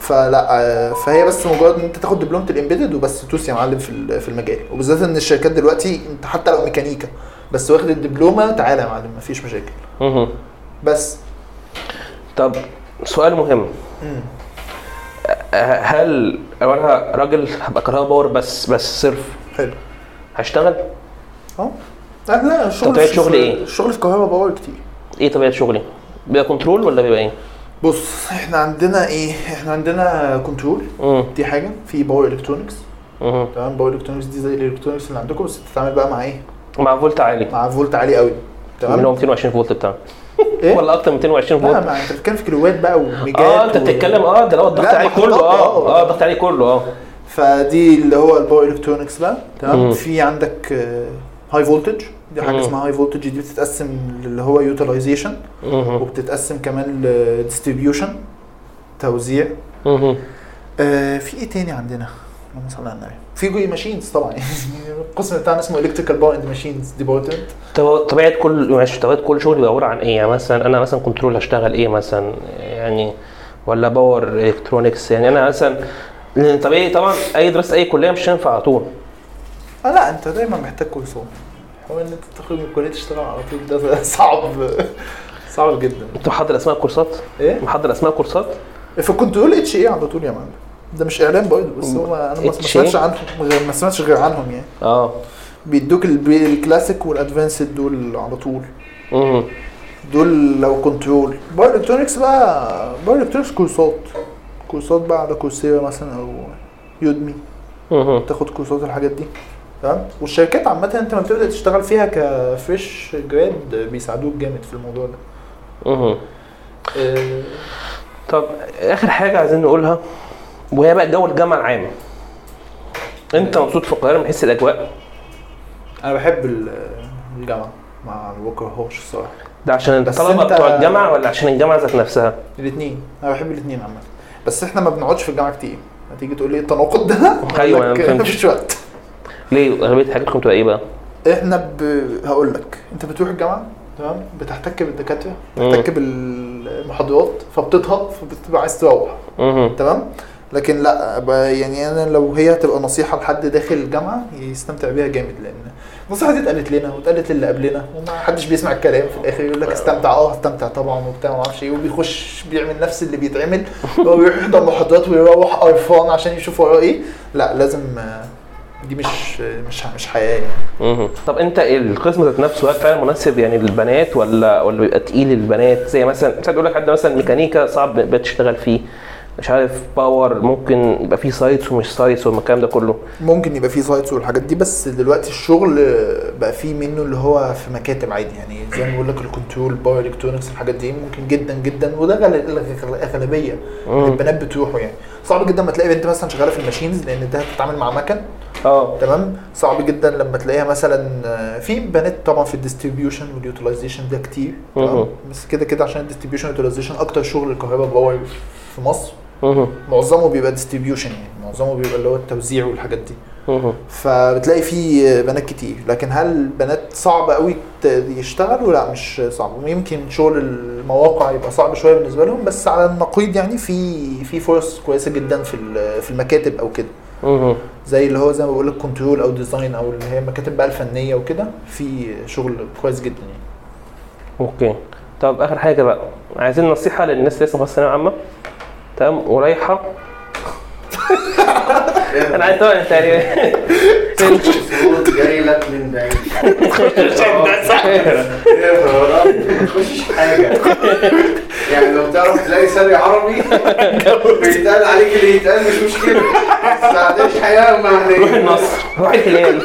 فلا آه، فهي بس مجرد ان انت تاخد دبلومه الامبيدد وبس تدوس يا معلم في ال- في المجال وبالذات ان الشركات دلوقتي انت حتى لو ميكانيكا بس واخد الدبلومه تعالى يا معلم مفيش مشاكل بس
طب سؤال مهم أه- هل لو انا راجل هبقى كهرباء باور بس بس صرف
حلو
هشتغل
اه لا، لا الشغل
طبيعة
في-
شغل ايه؟
الشغل في كهرباء باور كتير
ايه طبيعه شغلي؟ بيبقى كنترول ولا بيبقى ايه؟
بص احنا عندنا ايه؟ احنا عندنا كنترول
مم.
دي حاجه في باور الكترونكس
مم.
تمام باور الكترونكس دي زي الالكترونكس اللي عندكم بس بتتعامل بقى مع ايه؟
مع فولت عالي
مع فولت عالي قوي
من هو
تمام
220 فولت بتاعه
ايه؟
ولا اكتر من 220
لا
فولت
ما انت بتتكلم في كيلوات بقى وميجات
اه انت
و-
بتتكلم اه ده لو الضغط
لا،
عليه كله
محطات،
اه
آه.
اه الضغط عليه كله اه
فدي اللي هو الباور الكترونكس بقى
مم.
تمام في عندك هاي فولتج دي حاجه
مم.
اسمها هاي فولتج دي بتتقسم اللي هو يوتيلايزيشن
مهم.
وبتتقسم كمان لديستريبيوشن توزيع
مهم.
آه في ايه تاني عندنا؟ اللهم صل على النبي في جوي ماشينز طبعا القسم بتاعنا اسمه الكتريكال باور اند ماشينز ديبارتمنت
طب- طبيعه كل معلش طبيعه كل شغل بيبقى عباره عن ايه يعني مثلا انا مثلا كنترول هشتغل ايه مثلا يعني ولا باور الكترونكس يعني انا مثلا لأن إيه؟ طبيعي طبعا اي دراسه اي كليه مش هينفع على طول
اه لا انت دايما محتاج كورسات حوار ان انت تخرج من الكليه تشتغل على طول ده صعب صعب جدا
انت محضر اسماء كورسات
ايه؟
محضر اسماء كورسات
فالكنترول اتش ايه على طول يا معلم ده مش اعلان برضه بس هو انا ما ما
HA
سمعتش عنهم غير ما سمعتش غير عنهم يعني
اه
بيدوك البي- الكلاسيك والادفانسد دول على طول
مهم.
دول لو كنترول باور الكترونكس بقى باور الكترونكس كورسات كورسات بقى على كورسيرا مثلا او يودمي
مهم.
تاخد كورسات الحاجات دي تمام والشركات عامة انت لما بتبدا تشتغل فيها كفريش جراد بيساعدوك جامد في الموضوع ده
مهم.
آه،
طب اخر حاجه عايزين نقولها وهي بقى جو الجامعه العامه انت مبسوط في القاهره من حيث الاجواء
انا بحب ال- الجامعة ما بكرهوش الصراحة
ده عشان
بس
الطلبه
أنت-
بتوع الجامعه ولا عشان الجامعه ذات نفسها
الاثنين انا بحب الاثنين عامه بس احنا ما بنقعدش في الجامعه كتير هتيجي تقول لي إيه التناقض ده
أيوة، أنا
أقول لك
فهمت.
مفيش وقت
ليه اغلبيه حاجاتكم بتبقى ايه بقى
احنا ب... هقول لك انت بتروح الجامعه تمام بتحتك بالدكاتره بتحتك بالمحاضرات فبتضهق فبتبقى عايز تروح
مهم.
تمام لكن لا ب- يعني انا لو هي هتبقى نصيحه لحد داخل الجامعه يستمتع بيها جامد لان النصيحه دي اتقالت لنا واتقالت للي قبلنا وما حدش بيسمع الكلام في الاخر يقول لك استمتع اه استمتع طبعا وبتاع ما اعرفش ايه وبيخش بيعمل نفس اللي بيتعمل هو بيروح يحضر محاضرات ويروح قرفان عشان يشوف وراه ايه لا لازم آه، دي مش مش مش حياه يعني
مهم. طب انت ايه القسم ذات نفسه هل فعلا مناسب يعني للبنات ولا ولا بيبقى تقيل للبنات زي مثلا ساعات يقول لك حد مثلا ميكانيكا صعب بتشتغل فيه مش عارف باور ممكن يبقى فيه سايتس ومش سايتس والكلام ده كله
ممكن يبقى فيه سايتس والحاجات دي بس دلوقتي الشغل بقى فيه منه اللي هو في مكاتب عادي يعني زي ما بقول لك الكنترول باور الكترونكس الحاجات دي ممكن جدا جدا وده غال- الغ- الغالبيه
مم.
البنات بتروحوا يعني صعب جدا ما تلاقي بنت مثلا شغاله في الماشينز لان انت هتتعامل مع مكن
اه
تمام صعب جدا لما تلاقيها مثلا آه، في بنات طبعا في الديستريبيوشن واليوتيلايزيشن ده كتير تمام
مهم.
بس كده كده عشان الديستريبيوشن واليوتيلايزيشن اكتر شغل الكهرباء باور في مصر
مهم.
معظمه بيبقى ديستريبيوشن يعني معظمه بيبقى اللي هو التوزيع والحاجات دي
مهم.
فبتلاقي في بنات كتير لكن هل بنات صعب قوي ت- يشتغلوا لا مش صعب يمكن شغل المواقع يبقى صعب شويه بالنسبه لهم بس على النقيض يعني في في فرص كويسه جدا في ال- في المكاتب او كده
مهم.
زي اللي هو زي ما بقول لك كنترول او ديزاين او اللي هي المكاتب بقى الفنيه وكده في شغل كويس جدا يعني
اوكي طب اخر حاجه بقى عايزين نصيحه للناس اللي لسه مخلصه ثانويه عامه تمام ورايحه انا عايز طبعا تقريبا
صوت جاي لك من بعيد مفيش حاجه يعني لو تعرف تلاقي سري عربي بيتقال عليك اللي يتقال مش مشكله بس هتعيش حياه
روح
مهنيه
النصر روح الهلال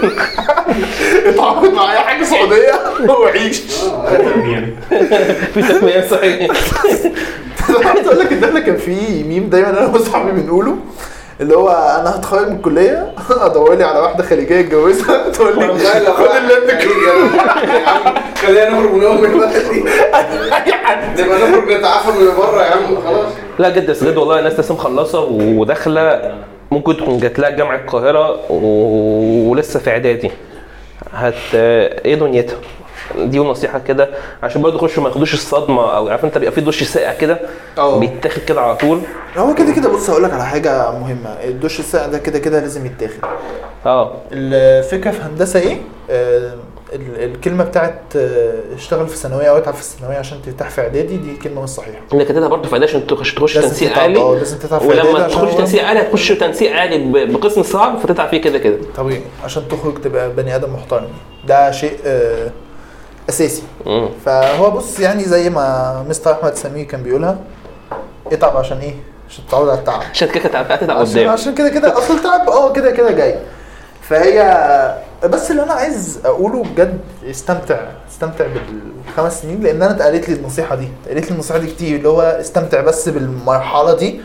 اتعاقد مع اي حاجه سعوديه وعيش
في تسميه صحيح
انا عايز اقول لك ان احنا كان في ميم دايما انا واصحابي بنقوله اللي هو انا هتخرج من الكليه ادور لي على واحده خليجيه اتجوزها تقول لي خد اللي انت
خلينا نخرج من ام البلد دي نبقى نخرج نتعافى من بره يا عم خلاص
لا جد بس جد والله ناس لسه مخلصه وداخله ممكن تكون جات لها جامعه القاهره و- ولسه في اعدادي هت ايه دنيتها دي نصيحه كده عشان برضه يخشوا ما ياخدوش الصدمه او عارف انت بيبقى في دش ساقع كده
اه.
بيتاخد كده على طول
هو كده كده بص هقول لك على حاجه مهمه الدش الساقع ده كده كده لازم يتاخد
اه
الفكره في هندسه ايه؟ آه، ال- الكلمه بتاعت آه، اشتغل في الثانويه او اتعب في الثانويه عشان ترتاح في اعدادي دي كلمه مش صحيحه
انك كاتبها برضه في اعدادي عشان تخش تخش
لازم
تنسيق
تتعب،
عالي
اه، لازم تتعب في اعدادي
ولما
عشان
تخش
هو-
تنسيق عالي هتخش تنسيق عالي ب- بقسم صعب فتتعب فيه كده كده
طبيعي عشان تخرج تبقى بني ادم محترم ده شيء آه، اساسي
مم.
فهو بص يعني زي ما مستر احمد سمير كان بيقولها اتعب عشان ايه؟ عشان تتعود على التعب
عشان كده هتتعب هتتعب
أه، عشان,
قدام
عشان كده كده اصل التعب اه كده كده جاي فهي بس اللي انا عايز اقوله بجد استمتع استمتع بالخمس سنين لان انا اتقالت لي النصيحه دي اتقالت لي النصيحه دي كتير اللي هو استمتع بس بالمرحله دي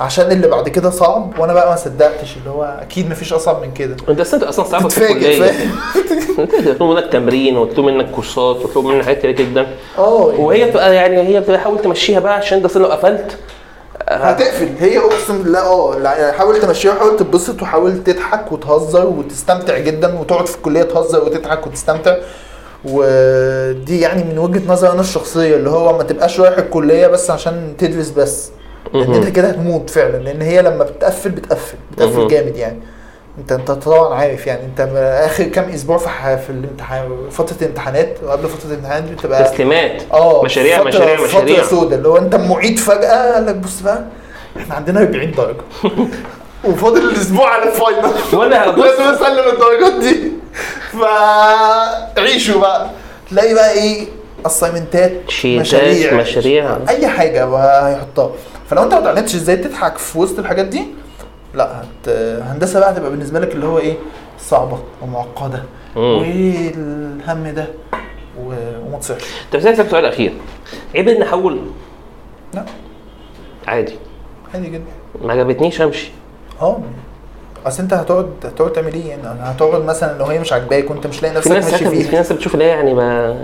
عشان اللي بعد كده صعب وانا بقى ما صدقتش اللي هو اكيد مفيش اصعب من كده
انت أصلاً- اصلا صعب في
تتفاجئ
الكليه
فاهم
انت بيطلبوا منك تمرين ويطلبوا منك كورسات ويطلبوا منك حاجات كتير جدا
اه يعني
وهي بتبقى يعني هي بتحاول تمشيها بقى عشان انت أصلاً لو قفلت
هتقفل هي اقسم بالله اه لا، حاول تمشيها وحاول تتبسط وحاول تضحك وتهزر وتستمتع جدا وتقعد في الكليه تهزر وتضحك وتستمتع ودي يعني من وجهه نظري انا الشخصيه اللي هو ما تبقاش رايح الكليه بس عشان تدرس بس لان انت كده هتموت فعلا لان هي لما بتقفل بتقفل بتقفل
مهم.
جامد يعني انت انت طبعا عارف يعني انت اخر كام اسبوع في ح- في الامتحان فتره الامتحانات وقبل فتره الامتحانات دي بتبقى
تسليمات
اه
مشاريع
آه. فترة-
مشاريع مشاريع
فتره سوداء اللي هو انت معيد فجاه قال لك بص بقى احنا عندنا 40 درجه وفاضل الاسبوع على الفاينل
وانا هبص
لازم اسلم الدرجات دي فعيشوا بقى تلاقي بقى ايه اسايمنتات
شيتات، مشاريع.
اي حاجه بقى هيحطها فلو انت ما اتعلمتش ازاي تضحك في وسط الحاجات دي لا هت... هندسه بقى هتبقى بالنسبه لك اللي هو ايه صعبه ومعقده وايه الهم ده و... وما تصيحش
طب اسالك سؤال اخير عيب اني احول
لا
عادي
عادي جدا
ما عجبتنيش امشي
اه اصل انت هتقعد هتقعد تعمل ايه يعني هتقعد مثلا لو هي مش عاجباك وانت مش لاقي
في
نفسك
ناس
ماشي
في
فيها
ناس بتشوف اللي هي يعني ما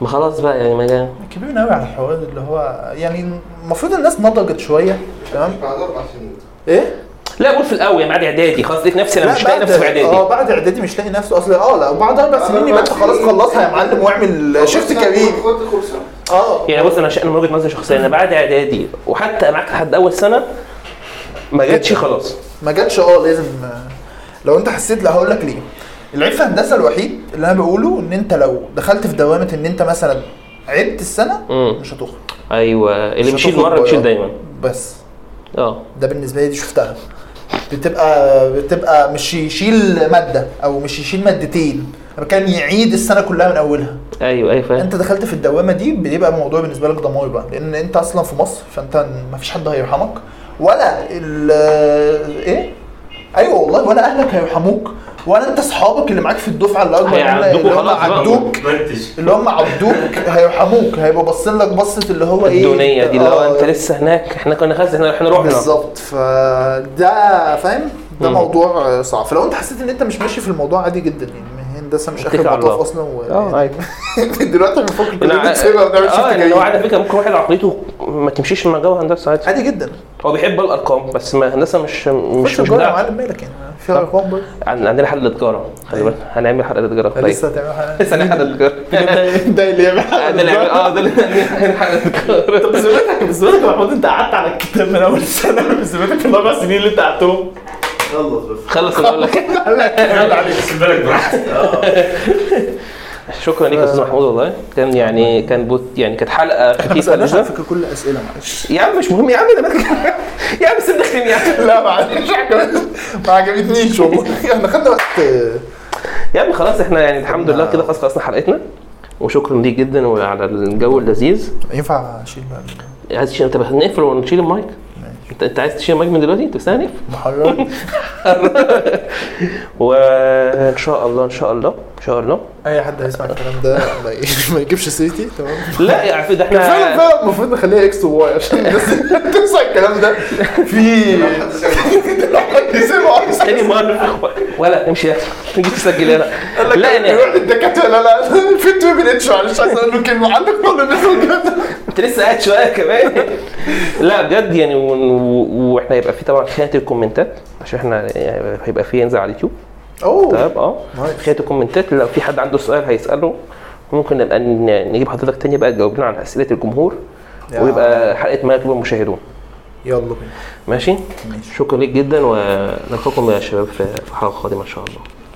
ما خلاص بقى يعني ما جا-
كبير قوي على الحوار اللي هو يعني المفروض الناس نضجت شويه تمام
بعد اربع سنين
ايه
لا قول في الاول يعني بعد اعدادي خلاص لقيت نفسي انا مش لاقي نفسي في
اه
اعدادي
بعد اعدادي مش لاقي نفسه اصل اه لا بعد اربع سنين يبقى انت خلاص خلصها يا معلم واعمل شيفت كبير
خد كورسات
اه
يعني بص انا ش- انا من وجهه نظري شخصيا انا بعد اعدادي وحتى معاك لحد اول سنه ما جاتش خلاص
ما جاتش اه لازم آه، لو انت حسيت لا هقول لك ليه العيب في الهندسه الوحيد اللي انا بقوله ان انت لو دخلت في دوامه ان انت مثلا عدت السنه
مم.
مش هتخرج
ايوه اللي
مش
بيشيل
هتخرج
مره
بره.
بيشيل دايما
بس
اه
ده بالنسبه لي دي شفتها بتبقى بتبقى مش يشيل ماده او مش يشيل مادتين انا بتكلم يعيد السنه كلها من اولها
ايوه ايوه فاهم
انت دخلت في الدوامه دي بيبقى الموضوع بالنسبه لك دمار بقى لان انت اصلا في مصر فانت ما فيش حد هيرحمك ولا ال ايه ايوه والله ولا اهلك هيرحموك ولا انت اصحابك اللي معاك في الدفعه اللي اكبر منك
هيعدوكوا
اللي هم
خلاص بقى.
عدوك
منتج
اللي هم عبدوك هيرحموك هيبقوا باصين لك بصه اللي هو ايه
الدونيه دي اللي هو
آه،
انت لسه هناك احنا كنا خلاص احنا احنا رحنا
بالظبط فده فاهم ده
مم.
موضوع صعب فلو انت حسيت ان انت مش ماشي في الموضوع عادي جدا يعني هندسه مش
اتكل
اخر
على
مطاف
الله.
اصلا و...
اه عادي
دلوقتي بنفك
أنا-
الكلام سيبها ونعمل شيفت
اه لو
جاي.
على فكره ممكن واحد عقليته ما تمشيش مع جو هندسه عادي
عادي جدا
هو بيحب الارقام بس ما هندسه مش مش مش
مش مش يا
ده
معلم مالك يعني في
طيب.
ارقام برضه
عن- عندنا حلقه تجاره خلي بالك هنعمل حلقه تجاره قريب
أيوة. لسه هتعمل حاجة.
لسه هنعمل حلقه تجاره
ده اللي يعمل
آه، ده اللي هعمل- اه ده اللي هنعمل حلقه تجاره
بذمتك بذمتك يا محمود انت قعدت على الكتاب من اول سنه بذمتك الاربع سنين اللي انت قعدتهم
خلص بس
خلص انا اقول لك
خد بالك براحتك
شكرا ليك يا استاذ محمود والله كان يعني كان بوت يعني كانت حلقه
بس
خفيفه
انا على
لذيذة.
فكره كل الاسئله معلش
يا عم مش مهم يا عم انا مالك يا عم سيبني اختم يا عم
لا معلش ما عجبتنيش والله احنا خدنا وقت
يا عم خلاص احنا يعني الحمد لله كده خلاص خلصنا حلقتنا وشكرا ليك جدا وعلى الجو اللذيذ
ينفع اشيل بقى
عايز تشيل انت هنقفل ونشيل المايك انت انت عايز تشيل المايك من دلوقتي انت مستني
المحرر
وان شاء الله ان شاء الله ان شاء الله
اي حد هيسمع الكلام ده ما ي- ما يجيبش سيرتي تمام
لا يا عفيف ده
كان فعلا
احنا
فعلا المفروض نخليها اكس وواي عشان الناس تنسى الكلام ده في حد يسمعه
تاني مره ولا امشي تيجي تسجل هنا لا يعني
يروح للدكاتره لا لا في توي من اتش معلش عايز اقول له كلمه عندك كل الناس والجد.
انت لسه قاعد شويه كمان لا بجد يعني ون- و- واحنا يبقى في طبعا خانه الكومنتات عشان احنا يعني هيبقى في ينزل على اليوتيوب
اوه
تمام اه
نايس.
خانه الكومنتات لو في حد عنده سؤال هيساله ممكن نبقى ن- نجيب حضرتك تاني بقى تجاوب لنا عن اسئله الجمهور
يا
ويبقى حلقه مراكب المشاهدون
يلا بينا
ماشي
ماشي.
شكرا ليك جدا ونلقاكم يا شباب في في حلقه قادمه ان شاء الله